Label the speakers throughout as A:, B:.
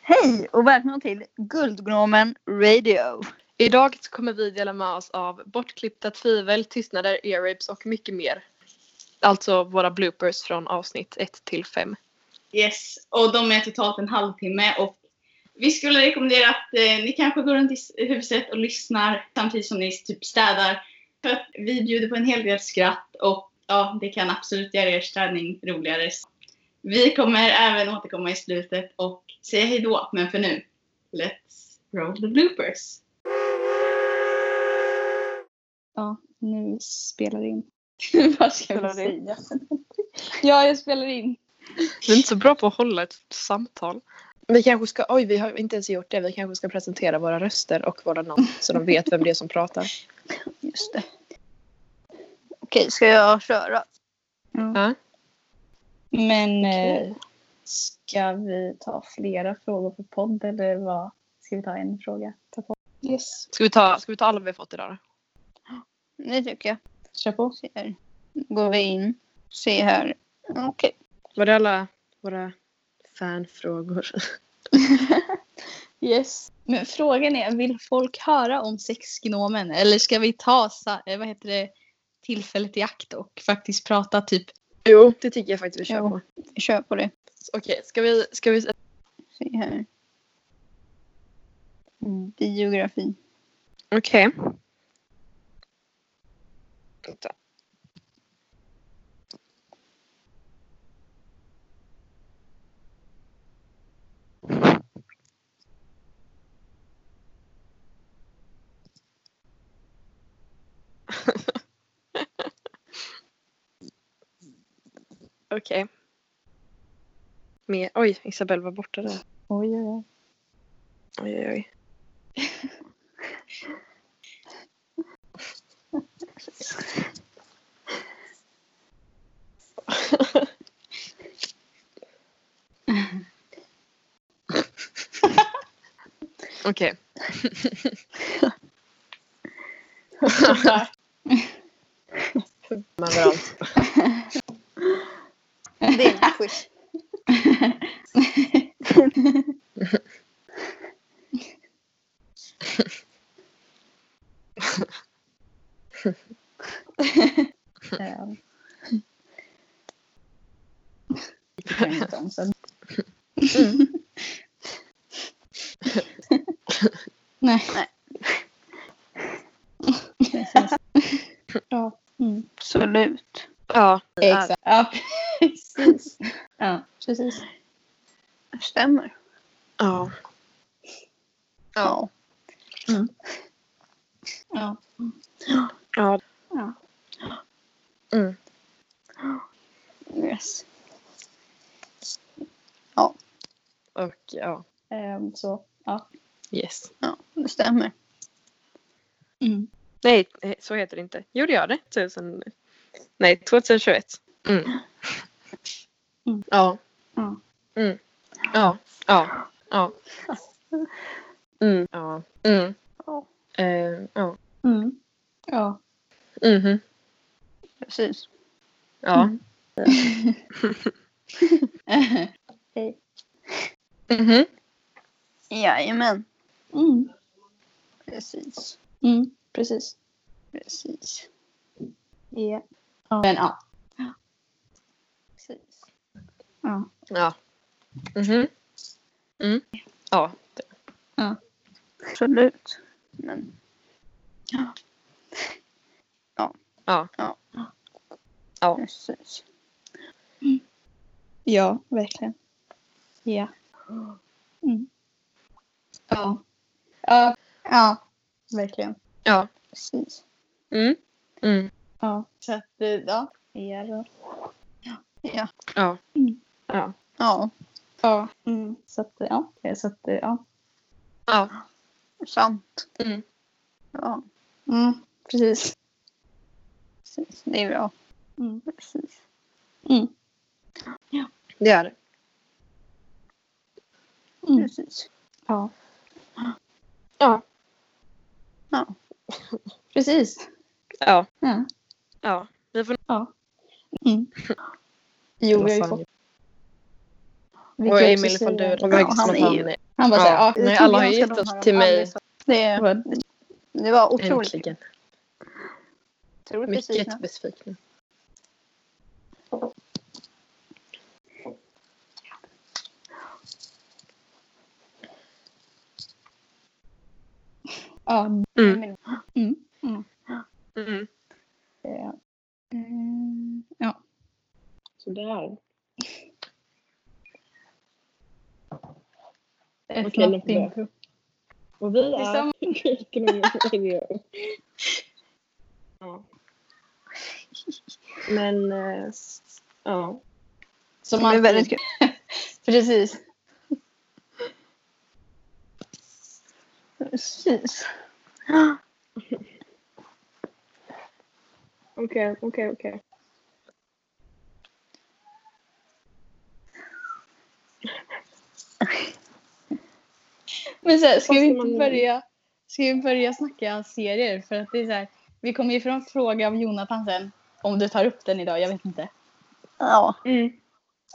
A: Hej och välkomna till Guldgnomen Radio.
B: Idag så kommer vi dela med oss av bortklippta tvivel, tystnader, earrapes och mycket mer. Alltså våra bloopers från avsnitt 1 till 5.
C: Yes, och de är totalt en halvtimme och vi skulle rekommendera att eh, ni kanske går runt i s- huset och lyssnar samtidigt som ni typ städar. För att vi bjuder på en hel del skratt och ja, det kan absolut göra er städning roligare. Vi kommer även återkomma i slutet och säga hej då, men för nu, let's roll the bloopers.
B: Ja, nu spelar det in.
C: Vad ska
A: Spelar
C: vi
A: det in?
C: säga? ja, jag spelar in.
B: Vi är inte så bra på att hålla ett samtal. Vi kanske ska, oj vi har inte ens gjort det, vi kanske ska presentera våra röster och våra namn så de vet vem det är som pratar.
A: Just det. Okej, ska jag köra?
B: Ja.
D: Men eh, ska vi ta flera frågor på podd eller vad? Ska vi ta en fråga? Ta på.
C: Yes.
B: Ska vi ta, ska vi ta alla vi har fått idag då?
A: Det tycker jag.
D: Kör på.
A: Se här. Går vi in. Se här. Okej.
B: Var det alla våra fanfrågor?
D: Yes. Men frågan är, vill folk höra om sexgnomen eller ska vi ta sa- eh, vad heter det, tillfället i akt och faktiskt prata typ
B: Jo, det tycker jag faktiskt vi kör
A: Jo.
B: på.
A: Vi kör på det.
B: Okej, ska vi, ska vi...
A: Se här. Biografi.
B: Okej. Okej. Mer. Oj, Isabelle var borta där.
D: Oj, oj, oj.
B: Oj, oj, oj. Okej. Man gör allt.
A: Det är en quiz.
D: Eh, jag kan inte om, så- Nej.
A: Nej.
D: ja. Mm.
A: Absolut.
B: Ja,
D: Exakt. Ja, precis. Ja, precis.
A: Stämmer.
B: ja.
A: Ja. Mm.
D: Ja.
B: Ja.
A: Ja.
B: Mm.
A: Yes.
B: Och ja.
D: Ehm, så, ja.
B: Yes.
A: Ja, det stämmer.
D: Mm.
B: Nej, eh, så heter det inte. Jo, det gör det. 2000... Nej, 2021. Mm.
D: Mm.
B: Ja.
D: Ja.
B: Mm. Ja. Ja. Ja. Mm. Ja. Mm.
A: Ja.
B: Eh, ja.
D: Mm. Ja.
B: Mhm.
A: Precis.
B: Ja. Mhm.
A: Jajamän.
D: Mm.
A: Precis.
D: Mm. Precis.
A: Precis.
D: Yeah. Men ja.
A: Precis.
D: ja.
B: Ja. Mhm. Mm. Ja.
A: Absolut. Men... Ja. Ja.
B: Ja.
A: Ja.
B: Ja.
A: Precis.
D: Ja, verkligen. Ja. Mm. Ja. Ja. Ja, verkligen.
B: Ja.
A: Precis.
B: Mm. Mm.
D: Ja. Så att, eh, ja. Ja. då.
A: Ja.
B: Ja.
D: Mm.
B: Ja.
A: Ja.
D: Ja. Mm. Så att, eh, ja. Eh, Så att, eh, ja.
B: Ja.
A: Sant.
B: Mm.
A: Ja.
D: Mm. Precis.
A: Precis. Det är bra.
D: Mm.
A: Precis.
B: Det är det.
D: Mm.
A: Precis.
D: Ja.
B: Ja.
A: Ja.
D: Precis.
B: Ja.
D: Ja.
B: Ja. Vi får...
A: Mm.
D: Jo, vi har ju fått. vi
B: Och
D: kan ju
B: Emil
D: också
B: från
D: säga-
B: du.
A: Ja, han är ju-
D: Han bara såhär, ja.
A: jag
B: Nej,
A: trodde
B: alla har
A: "Ah, jag
B: ju
A: skulle
B: gett
A: ha
B: oss
A: dem.
B: till mig.
A: Alice. Det, det var otroligt.
B: Äntligen.
A: Otroligt
B: Mycket
A: besviken.
B: besviken.
D: ja.
A: Eh,
B: Mm.
D: Mm.
B: Mm.
D: eh, mm, ja.
B: Sådär.
D: Ett
E: Okej,
D: snabbt
E: det är bra.
D: input.
E: Och vi
D: Det är
E: är...
D: som-
B: Ja. Men eh, s- ja.
D: Som
A: Det var
D: alltid.
A: väldigt kul.
D: Precis.
A: Precis.
E: Okej, okej, okej.
D: Men så här, ska
E: Vad
D: vi
E: ska
D: inte
E: man-
D: börja, ska vi börja snacka serier? För att det är så här, vi kommer ju få en fråga av Jonathan sen. Om du tar upp den idag, jag vet inte.
A: Ja.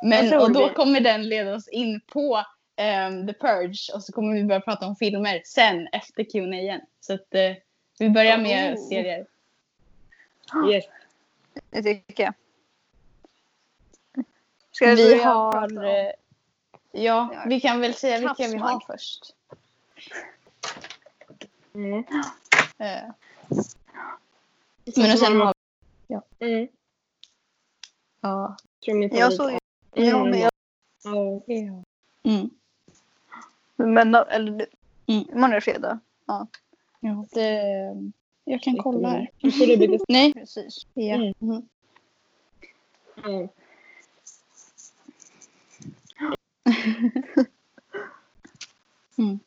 D: Men,
E: tror
D: och då
E: vi-
D: kommer den leda oss in på ehm, The Purge och så kommer vi börja prata om filmer sen efter Q&A igen. Så att eh, vi börjar med
E: Oh.
D: serier.
E: Yes.
A: Det tycker jag. Ska vi,
D: Vi
A: börja
D: har...
A: prata om-
D: eh, Ja, vi kan väl säga vilka vi har
A: Kraftsmag.
D: först.
E: Mm.
D: Eh, Men och sen har
E: Mm.
D: Ja.
E: Tror min
A: Jag
E: favorit
A: såg
E: är-
A: ju... Mm. Ja, men, jag,
E: Ja.
D: Mm.
A: men eller,
D: Mm.
A: imorgon är det fredag.
D: Ja, det, jag kan kolla här.
E: Jag tror det blir-
D: Nej.
A: Precis.
D: Ja.
E: Mm.
D: Mhm.
E: Mm.
D: Mm.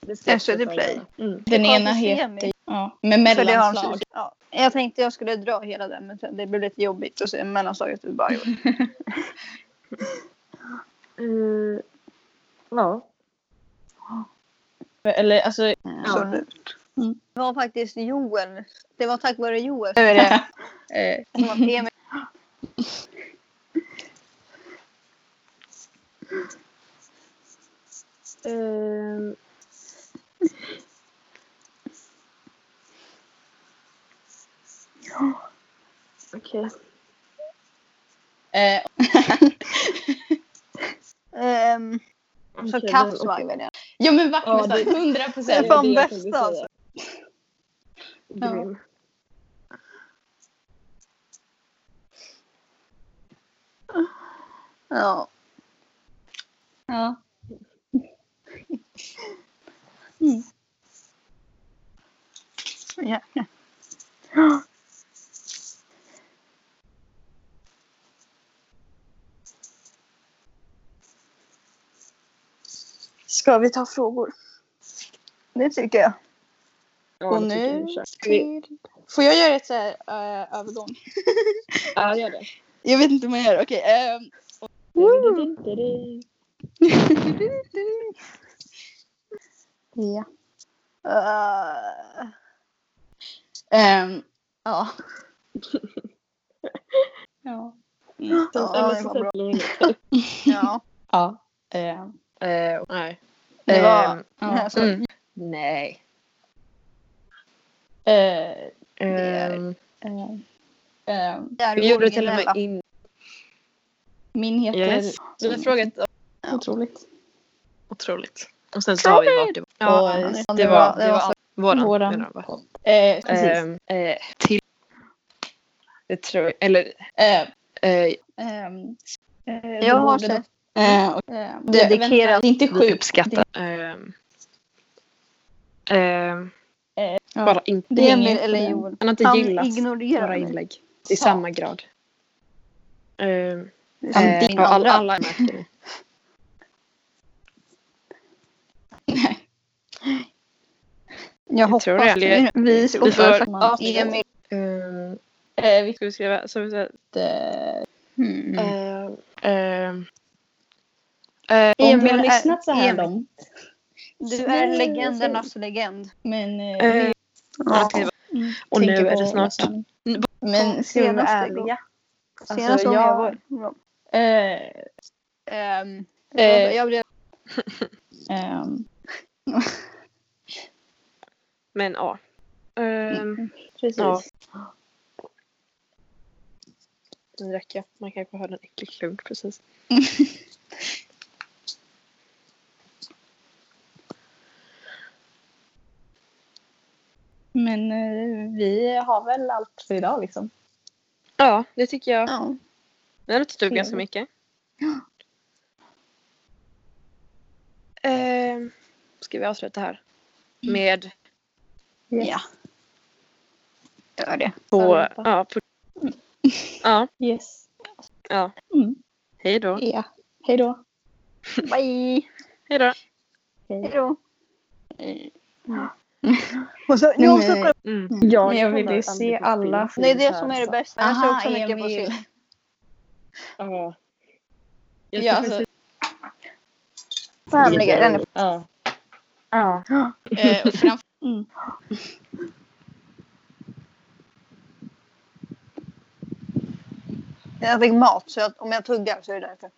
E: Det ska jag
A: SVT
E: försöka
A: Play.
E: göra. Mm.
D: Den
A: Jag
D: ena
A: kollar på
D: heter...
A: Semi.
D: Ja, med
A: För det har de
D: mellanslag.
A: precis- ja. Jag tänkte jag skulle dra hela den men det blev lite jobbigt att se mellanslaget ur varje år.
E: Mm. Ja.
D: Eller alltså...
A: Absolut.
D: Mm.
A: Det var faktiskt Joel. Det var tack vare Joel
D: Nu är det...
E: Eh,
A: som var premie.
E: Ehm. Okej.
D: eh, eh,
A: Ehm, så
E: Okej, men-
A: Kraftsmag väljer jag.
D: ja men
E: Ja,
D: Wachtmeister,
E: det-
D: 100
A: Det är
D: procent.
A: fan
E: det jag tänkte
A: bästa alltså.
D: Ja.
E: Grym.
A: Ja.
D: Ja.
B: Mm.
A: Ja.
D: Ska vi ta frågor?
A: Det tycker jag.
E: Ja,
D: Och
E: det tycker jag
D: nu...
E: vi kör. Ska vi-
D: Får jag göra ett så här eh, övergång?
E: Ja, gör det.
D: Jag vet inte hur man gör. Okej. ehm, ja.
B: Ah.
A: Eh,
D: Ehm, ja. ja. Mm.
A: ja, det var bra. Ja.
D: Ja. ehm.
B: Eh, nej.
A: Det var-
B: Ehm,
A: Den här
D: Ja.
A: så-
B: mm. Nej.
D: Eh,
B: Ehm,
D: ehm, ehm,
A: där
B: vi gjorde det till och
A: originella.
B: med in.
D: Min heter...
B: Yes. Vi har frågat
D: Otroligt.
B: otroligt. Och sen så har vi vart det var.
D: Och,
B: Ja,
D: eh,
B: det var, det var all- våran.
D: Våran.
B: menar jag bara.
D: Eh, precis.
B: Ehm, eh, till. Det tror jag. Eller.
D: Eh,
B: Eh,
D: ehm, eh,
A: Jag har
D: det-
A: sett
D: Eh, och- eh, vänta,
A: dedikerat.
D: Det är inte
B: vi
D: sjukt.
B: uppskattar. Ehm, ehm,
D: Eh, ja.
B: bara inte.
D: Det är
A: Emil
D: ingen-
A: eller Joel.
B: Han har inte
A: Han
B: gillat
A: ignorerar
B: våra
A: mig.
B: inlägg. I samma grad. Ehm,
A: Det är
D: Han
B: eh,
A: sant.
D: blir
B: ja, alla,
D: invandrad.
B: alla märker det.
A: Jag hoppas
B: tror det.
A: det. Vi ska
B: Vi får-
A: för
D: Ja, det är-
A: Emil.
B: Ehm,
D: Eh, vi-
B: ska vi skriva? Så vi säger,
D: eh,
A: Mm.
B: ehm, ehm, eh,
D: Om du
A: Emil
D: har
A: är-
D: lyssnat så här
A: Emil.
D: långt.
A: Du
D: Nej,
A: är
D: jag
A: legendernas legend.
D: Men eh,
B: Eh,
D: vi
B: att det var-
D: mm,
B: och nu
D: tänker
B: är
D: på
B: det snart.
D: Lasse.
B: Mm,
D: Men ska vi vara
A: Senaste gången.
D: ärliga? Alltså,
A: Senast gången jag
D: jag-
A: var...
D: Eh,
A: Ehm,
D: Eh,
A: jag blev...
D: Ehm,
B: Men ja. Ehm,
E: Precis.
B: Ja. nu räcker jag. Man kanske hörde en äcklig klunk precis.
D: men eh, vi har väl allt för idag liksom.
B: Ja, det tycker jag.
A: Ja.
B: Nu har du tog ganska mycket. Ehm, ska vi avsluta här? Med
A: Ja. Gör det.
B: på...
E: Allihopa.
B: Ja, på, ja
D: Yes.
B: hej då.
D: Ja. Hej då.
A: Bye!
B: Hej då.
A: Hej då! Och så,
D: Nej,
A: jo,
D: men-
A: så kolla-
B: Mm.
E: Jag,
D: Men jag
E: kollar
D: ville
E: aldrig
D: se
E: på
D: alla
E: film.
A: det är det som är det bästa. Jag
D: Aha,
A: såg så mycket på
D: Emil.
A: film.
E: Ja. Jag
D: Ja,
E: ska
D: alltså,
E: faktiskt
A: Family Guy, den är-
E: Ja.
A: Ja.
D: eh, och framför-
A: Jag fick mat så jag, om jag tuggar så är det därför.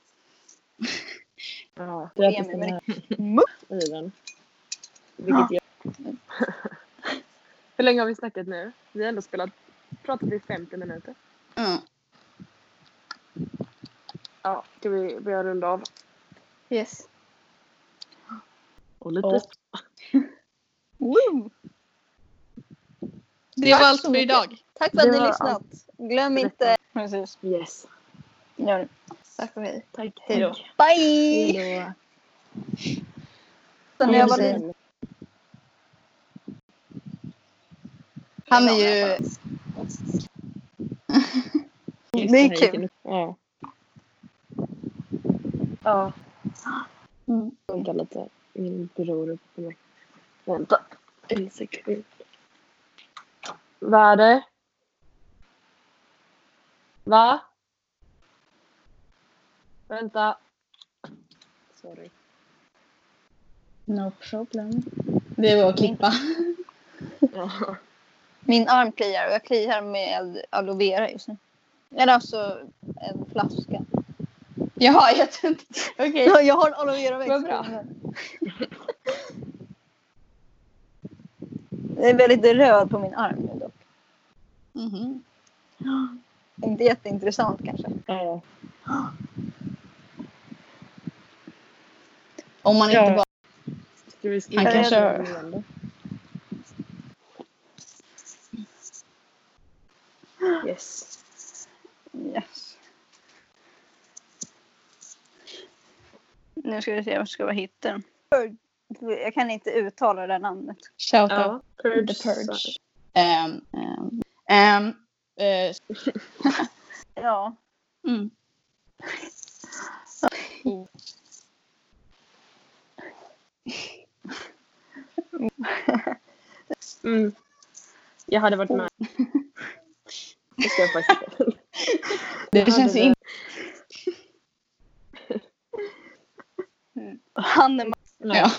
E: ja. Jag
A: Ge
E: äter
A: mig med
E: såna
A: Mupp.
E: här i den. Vilket jag...
B: Hur länge har vi snackat nu? Vi har ändå spelat, pratat i 50 minuter.
A: Mm.
B: Ja, ska vi börja runda av?
D: Yes.
B: Och lite
E: Ja.
A: Woo!
D: Det var
A: Tack
D: allt
A: så
D: för
A: mycket.
D: idag.
A: Tack för att
B: Det
A: ni
B: var
A: lyssnat. Glöm inte... Precis.
E: Yes.
A: Gör det. Tack och hej.
E: Tack.
D: Hej då.
A: Bye!
E: Hej då.
A: Sen
D: Ja,
A: har jag
D: precis.
A: varit-
D: Han är ju...
E: Just
A: Det är
E: här
A: kul.
E: gick en- Ja. Ja.
D: Mm.
E: Funkar lite. Min bror uppe på mig. Vänta. En sekund. Vad är det? Va? Vänta. Sorry.
D: No problem. Det var att klippa.
E: Ja.
A: Min arm kliar och jag kliar med aloe vera just nu. Eller alltså en flaska.
D: Jaha, jag tänkte... Okej.
A: Ja, Jag har en aloe vera växt.
D: Vad bra.
A: Det är väldigt röd på min arm nu dock.
D: Mhm.
A: Inte jätteintressant kanske.
E: Ja.
D: Om man inte
E: Ja.
D: bara...
E: Ska vi
D: Han
E: skriva
D: kanske har-
E: igen då? Yes.
A: Yes. Nu ska vi se, vad ska vi hitta den? Jag kan inte uttala det här namnet.
D: Shout out.
B: Ja.
D: The Purge. Ehm, ehm, ehm, eh,
A: Ja.
D: mm.
E: Mm. Jag hade varit med. Oh. Det ska jag faktiskt.
D: Det känns ju inte...
A: Han är
E: Nej,
D: Ja.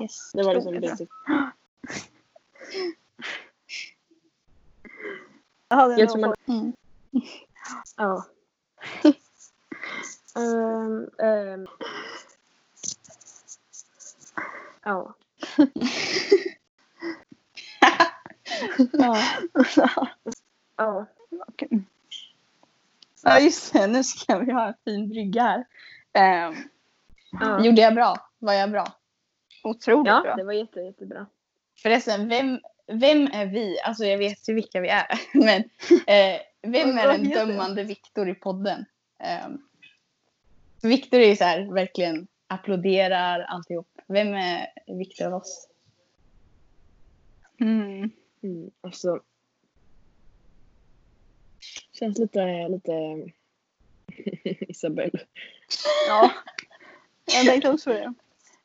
A: yes.
E: Det var liksom basic. Jag tror man...
D: Mm.
E: Ja. Ehm, ehm. Ja. Ja.
D: Ja, just det. Nu ska vi ha en fin brygga här. Ehm,
E: Ja.
D: Gjorde jag bra? Var jag bra?
A: Otroligt
E: Ja,
A: bra.
E: det var jätte, jättebra.
D: Förresten, vem, vem är vi? Alltså jag vet ju vilka vi är. Men eh, vem är den dömande Viktor i podden? Ehm, Viktor är ju så här, verkligen applåderar alltihop. Vem är Viktor av oss?
A: Mm.
E: Mm, alltså. Känns lite, lite Isabelle.
A: Ja. Jag tänkte också det.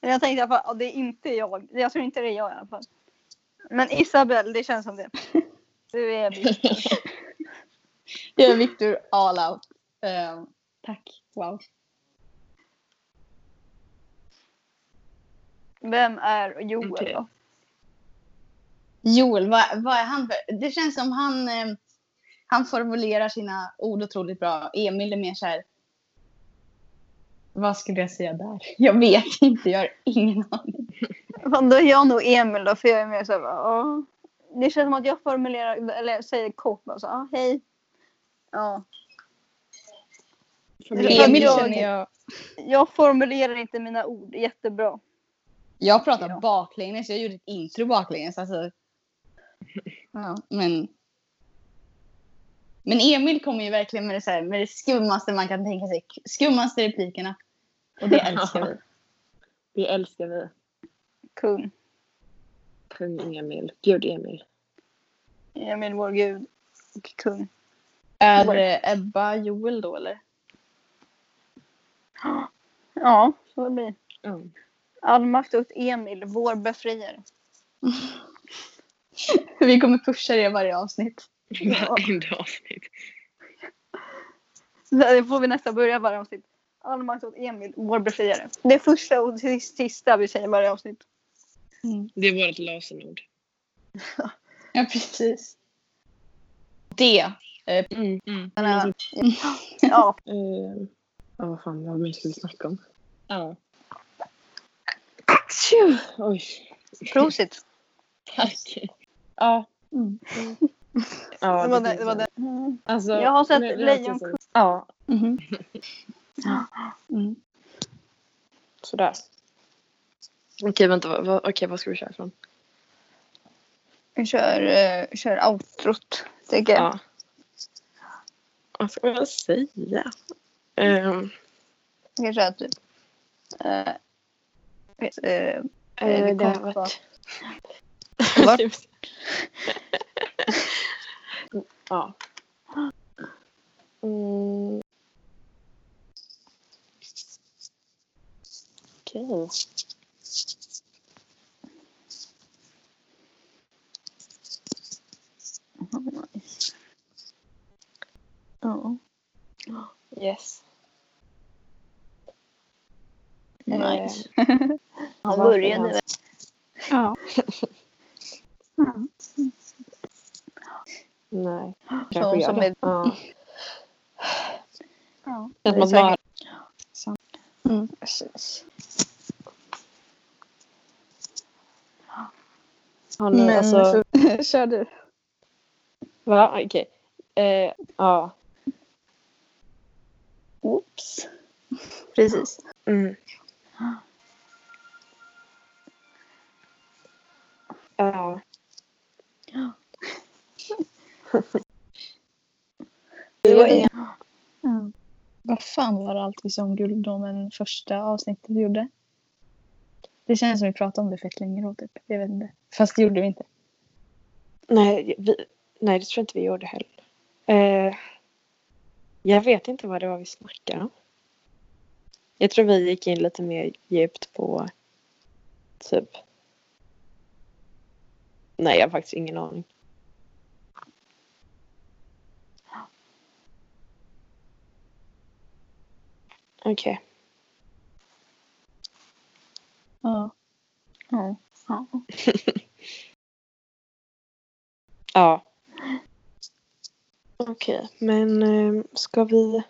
A: Men Jag tänkte i alla fall, ja, det är inte jag. Jag tror inte det är jag i alla fall. Men Isabel, det känns som det. Du är min.
D: Det är Viktor all out. Ehm, tack. Wow.
A: Vem är Joel
B: Okej.
A: då?
D: Joel, vad, vad är han för? Det känns som han, ehm, han formulerar sina ord otroligt bra. Emil är mer så här Vad skulle jag säga där? Jag vet inte, jag har ingen aning.
A: Fan, då är jag nog Emil då, för jag är mer såhär, ja. Det känns som att jag formulerar, eller säger kort bara så, ja, hej. Ja. Eller,
D: Emil
A: jag-
D: känner jag...
A: Jag formulerar inte mina ord jättebra.
D: Jag pratar
A: Ja.
D: baklänges, jag gjorde ett intro baklänges. Alltså. Ja, men... Men Emil kommer ju verkligen med det, så här, med det skummaste man kan tänka sig. Skummaste replikerna. Och det älskar vi.
B: Det älskar vi.
A: Kung.
B: Kung Emil. Gud Emil.
A: Emil, vår gud. Och kung.
D: Är eh, Ebba Joel då eller?
A: Ja, så blir det.
B: Mm.
A: Allmakt åt Emil, vår befriare.
D: Vi kommer pusha det i varje avsnitt.
B: Varenda avsnitt.
A: Så Det får vi nästan börja varje avsnitt. Allmakt åt Emil, vår befriare. Det är första och sis- sista vi säger varje avsnitt.
B: Det är vårt lösenord.
D: Ja precis. Det.
B: Mm.
A: Men, äh, ja,
B: Eh, Ja, vad fan, vad mer ska vi snacka om? Ja. Tju! Oj.
A: prosit.
B: Tack.
D: Ja.
B: Ja,
A: Det var
B: det
A: det, det var det. Mm.
B: Alltså,
A: Jag har sett
B: nu- nu har jag
A: Lejonkungen.
B: precis- Ja,
D: Mhm.
A: Mm-hmm.
D: Mm.
B: sådär. Okej, vänta. Vad, vad, okej, vad ska vi köra från?
A: Vi kör, eh, kör outrot, tycker jag.
B: Ja. Vad ska jag säga? Ehm,
A: Vi kan köra typ... eh, eh,
B: eh,
A: vi
B: det har
A: kom på-
B: varit...
A: Vart?
B: ja. Mm. Okej.
A: ja.
B: Yes.
A: Nice.
B: Eh,
A: Han började väl.
B: Ja. Nej. kanske gör
A: som
B: det.
A: är-
B: Ja.
A: Ja.
B: Att
A: Det är
B: man bara...
D: Mm.
A: Precis.
B: Har ni,
D: Men
B: alltså,
D: Kör du.
B: Va? Okej. Eh, ja.
D: Oops.
A: Precis.
B: Mm. Ja.
A: Det var ingen...
D: Vad fan var det allt vi sa om Gulddomen första avsnittet vi gjorde? Det känns som vi pratade om det fett länge då typ. Jag vet inte. Fast det gjorde vi inte.
B: Nej, vi, nej, det tror jag inte vi gjorde heller. Eh, jag vet inte vad det var vi snackade om. Jag tror vi gick in lite mer djupt på typ... Nej, jag har faktiskt ingen aning. Okej.
D: Ja.
B: Ja. Okej, men eh, ska vi...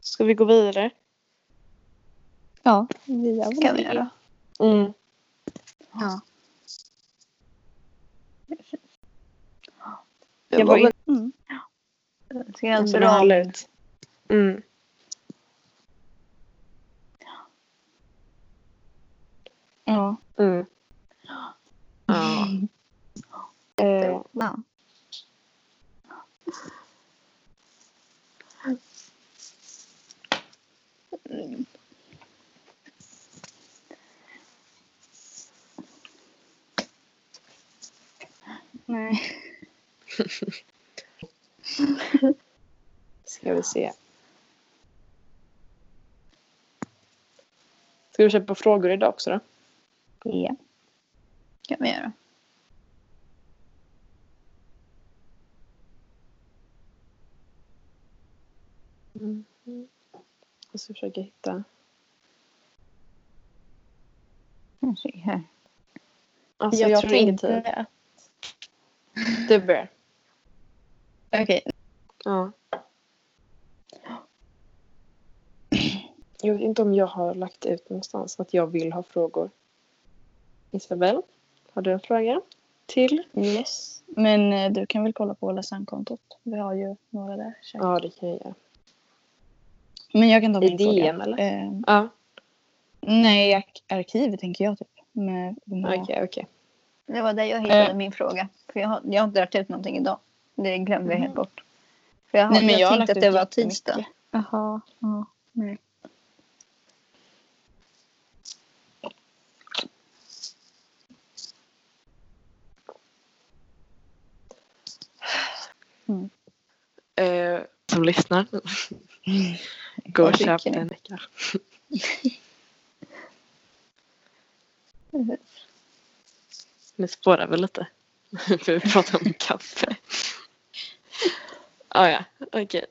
B: Ska vi gå vidare?
D: Ja, vi gör
A: Ska vi göra.
B: Mm.
A: Det
B: Jag
A: var
B: var Alltså,
A: väl
B: inte
A: ganska
B: så
A: bra.
B: bra ut. Mm.
D: Ja.
B: Mm. Ja. Eh,
A: Ja.
D: Nej.
B: ska vi se. Ska vi köra på frågor idag också då?
D: Ja.
A: Ska vi göra.
B: Jag ska försöka hitta.
A: Nu ska vi här.
B: Alltså,
D: Jag,
B: jag,
D: tror
B: tror inget
D: tänkte
B: tid.
D: inte... att-
B: Du börjar.
D: Okej.
B: Ja.
E: Jag vet inte om jag har lagt ut någonstans att jag vill ha frågor. Isabel, har du en fråga? Till?
D: Yes. Men eh, du kan väl kolla på Lasang-kontot? Vi har ju några där. säkert.
E: Ja, det kan jag göra.
D: Men jag kan ta
E: I
D: min fråga.
E: DN, eller?
D: Eh,
E: Ja,
D: nej, ark- arkiv tänker jag typ. Med de här-
E: okej, okej.
A: Det var där jag hittade
D: Eh.
A: min fråga. För jag har, jag har inte lagt ut någonting idag. Det glömde jag helt bort. För jag, har-
D: Nej, men
A: jag,
D: jag har
A: tänkte
D: lagt
A: att det
D: ut
A: var
D: jättemycket.
A: tisdag. Jaha. Ja, nej.
B: Eh, som lyssnar. Mm. Gå
A: Vad
B: och
A: tycker
B: köp
A: ni?
B: en vecka. Nu spårar vi lite. För vi pratar om kaffe. ah, ja, okej.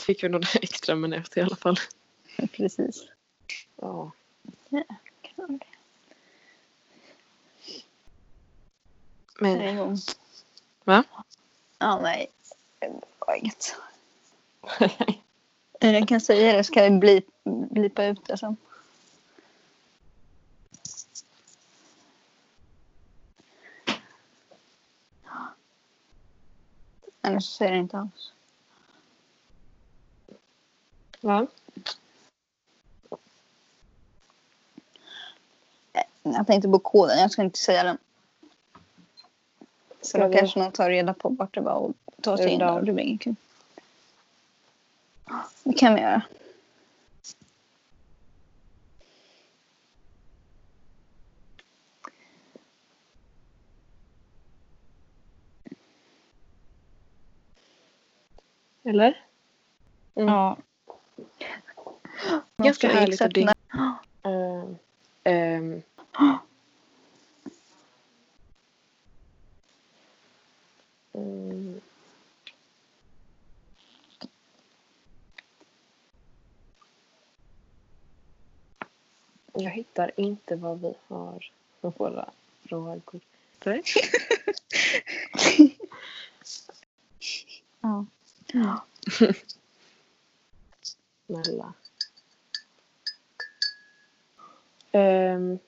B: Fick vi några extra minuter i alla fall.
D: Precis.
E: Ja.
A: Jag är
B: Men
A: igång.
B: Va?
A: Ja, nej. Det var inget. Eh, Jag kan säga det så kan jag bli, blipa ut det sen. Annars så säger det inte alls.
E: Va?
A: Jag tänkte på koden, jag ska inte säga den. För
E: Ska
A: då
E: vi-
A: kanske någon tar reda på vart det var och tar sig in där och det blir inget kul. Det kan vi göra.
E: Eller?
D: Ja.
B: ganska
A: Något
B: härligt att
A: exakt
B: dygna.
A: när-
E: Ehm, ehm. Mm. Jag hittar inte vad vi har för våra frågor.
D: Ja.
E: Snälla. Ehm.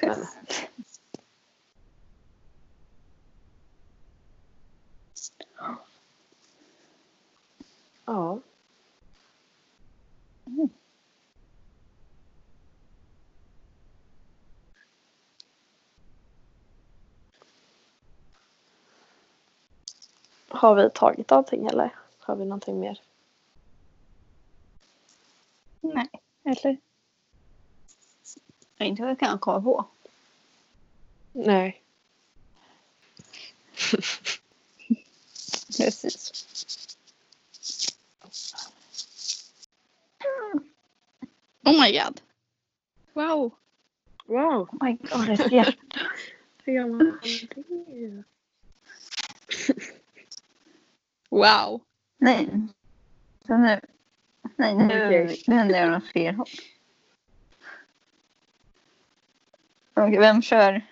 E: Men. Ja. Har vi tagit allting eller? Har vi någonting mer?
D: Eller?
A: Inte vad jag kan komma på.
E: Nej.
D: Precis. Oh my god. Wow.
E: Wow,
A: Oh my god, ett hjärta.
E: hur gör man det?
D: Wow.
A: Nej. Så nu. Nej, nu,
E: Okej.
A: nu händer jag något fel håll. Okej, vem kör?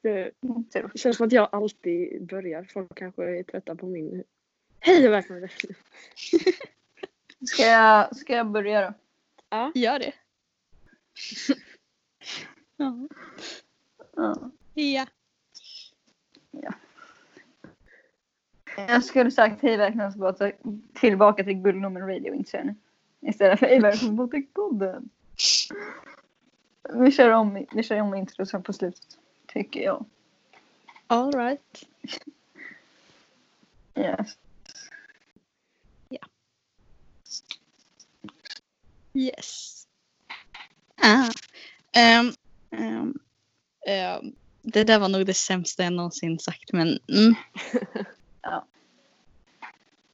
E: Det
A: Inte då.
E: känns som att jag alltid börjar. Folk kanske är trötta på min... Hej och välkomna!
A: Ska jag, ska jag börja då?
D: Gör det.
A: Ja.
D: Ja.
A: Jag skulle sagt hej välkomna tillbaka- tillbaka till Guldnommen Radio inser jag nu. Istället för hej välkomna tillbaka till podden. Vi kör om, vi kör om intro sen på slutet. Tycker jag.
D: All right.
A: Yes.
D: Yes. Ah. Ehm, ehm, ehm, det där var nog det sämsta jag någonsin sagt men mm.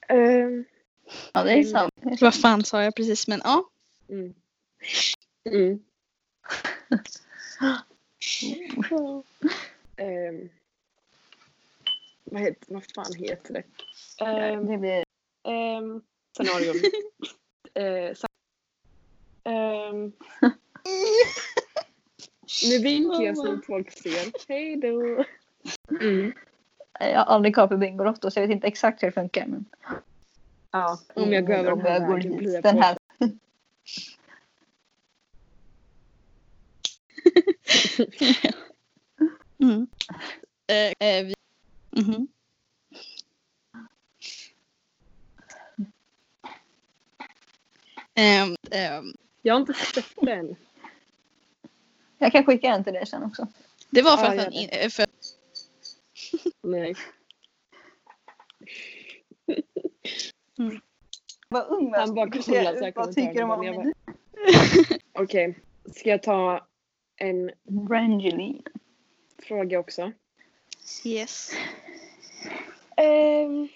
E: Ehm,
A: Ja, det är sant.
D: vad fan sa jag precis men ja.
E: mm. Mm. Ehm, vad, heter, vad fan heter det? Ehm,
A: Det blir...
E: ehm, scenarion. Ehm, sa- ehm. nu vinkar jag så att folk ser. Hej då! Mm.
A: Jag har aldrig kollat på Bingolotto så jag vet inte exakt hur det funkar. Men
E: Ja, om jag går över
A: om
E: den här
A: jag går
E: vägen blir
A: hit
E: jag
A: den här.
D: Mm.
B: Eh,
D: Eh, vi...
E: Mm-hmm.
D: Mhm. Ehm, ehm,
E: Jag har inte sett den.
A: Jag kan skicka den till dig sen också.
D: det var för
E: Ja,
D: att
E: gör
D: han...
E: det.
D: In, eh, för,
E: Nej.
A: Jag var ung
E: Han bara kollar så här
A: Vad tycker de
E: kommentarer,
A: om
E: men jag
A: min
E: Okej. Ska jag ta en
A: Brangelina?
E: fråga också?
D: yes.
E: Ehm,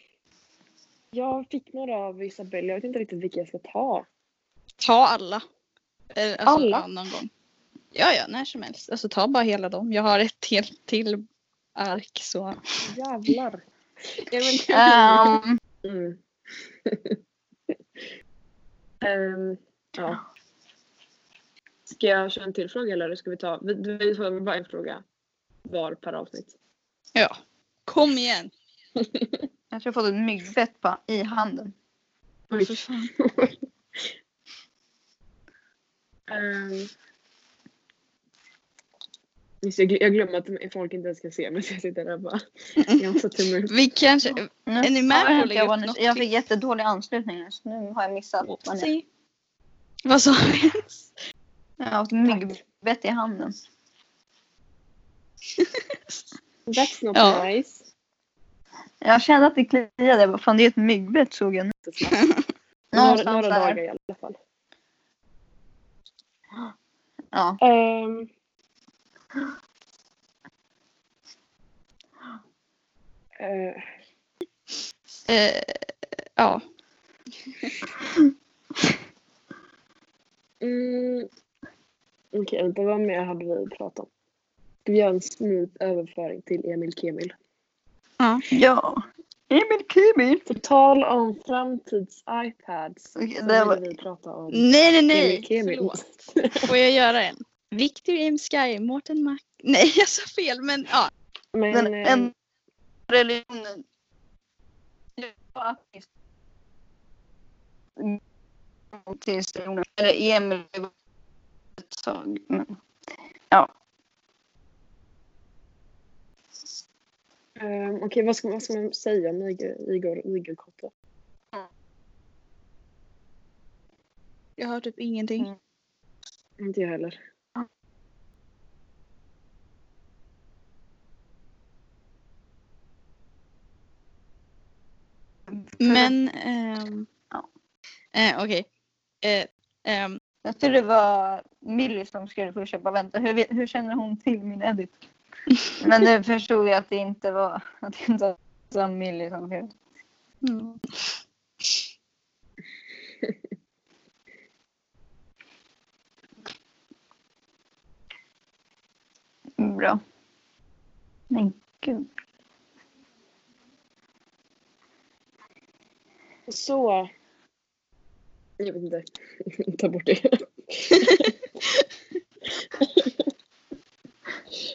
E: jag fick några av Isabella. Jag vet inte riktigt vilka jag ska ta.
D: Ta alla. Eh, Alltså,
E: Alla?
D: ja, Någon gång. Ja, ja, när som helst. Alltså ta bara hela dem. Jag har ett helt till ark så.
E: Jävlar. Ja, men-
A: Ehm,
E: Mm. Ehm, ja. Ska jag köra en till fråga eller ska vi ta? Vi, vi får bara en fråga var per avsnitt.
D: Ja. Kom igen.
A: jag tror jag fått ett myggbett på- i handen.
E: Oj.
D: För fan.
E: Ehm. Just, jag, gl- jag glömmer att folk inte ens kan se mig så jag sitter där och bara. Jag har satt tummen upp.
D: Vi kanske...
A: Nu
D: Är ni med på
A: har
D: att
A: jag, inte-
D: lägga
A: jag,
D: upp
A: var nyss-
D: något
A: jag
D: klipp?
A: fick jättedålig anslutning nu, så nu har jag missat. vad ni-
D: Säg. Vad sa vi?
A: Jag har haft myggbett i handen.
E: That's not
D: Ja.
E: nice.
A: Jag kände att det kliade. Jag bara, fan det är ett myggbett såg jag nu.
E: Några,
A: Någonstans
E: några
A: där.
E: dagar i alla fall.
A: Ja.
E: Ehm. Eh,
D: Eh, ja.
E: Mm. Okej, vänta, vad mer hade vi pratat om? Ska vi göra en smooth överföring till Emil Kemil?
A: ja. Emil Kimil.
E: På tal om framtids-iPads så
A: Okej, det
E: ville
A: var-
E: vi prata om
D: Nej, nej, nej.
E: Emil Kemil.
B: förlåt.
D: Får jag göra en? Victor M. Sky, Mårten Mack. Nej, jag sa fel men ja.
E: Men,
A: Den
E: eh,
A: enda religionen. Jag var ateist. Tills religionen. Eller Eh, Emil var ett tag. Men
E: ehm, Okej, vad, ska, vad ska man säga om igel- igel- igelkottar?
D: Jag har typ ingenting.
A: Mm.
E: Inte jag heller.
D: Men ehm,
A: Mm. Ja.
D: eh, okej. Eh, ehm,
A: jag tror det var Millie som skulle pusha på vänta. Hur, vet- hur känner hon till min edit? Men nu förstod jag att det inte var, att det inte var Millie som skrev.
D: mm.
A: Bra. Men gud.
E: Så. Jag vet inte. Ta bort det.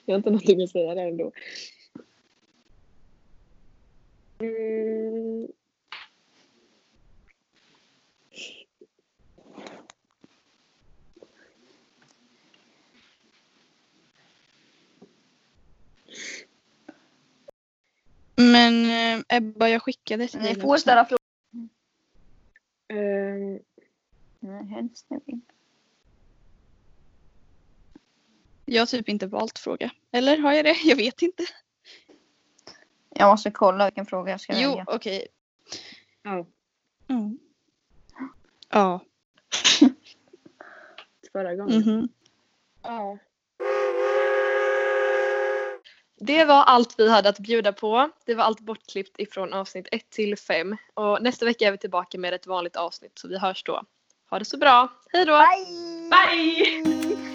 E: jag har inte någonting att säga där ändå. Mm.
D: Men eh, Ebba, jag skickade till dig
A: Ni
D: nu
A: får
D: också.
A: ställa frågor.
E: ehm,
A: Nej, helst inte.
D: Jag har typ inte valt fråga. Eller har jag det? Jag vet inte.
A: Jag måste kolla vilken fråga jag ska
D: Jo,
A: välja.
D: okej.
E: Ja.
D: Mm. Ja.
E: förra
A: Mm.
E: gången.
D: mhm.
E: Ja.
B: Det var allt vi hade att bjuda på. Det var allt bortklippt ifrån avsnitt 1 till 5. Och nästa vecka är vi tillbaka med ett vanligt avsnitt så vi hörs då. Ha det så bra. Hej då!
A: Bye!
C: Bye!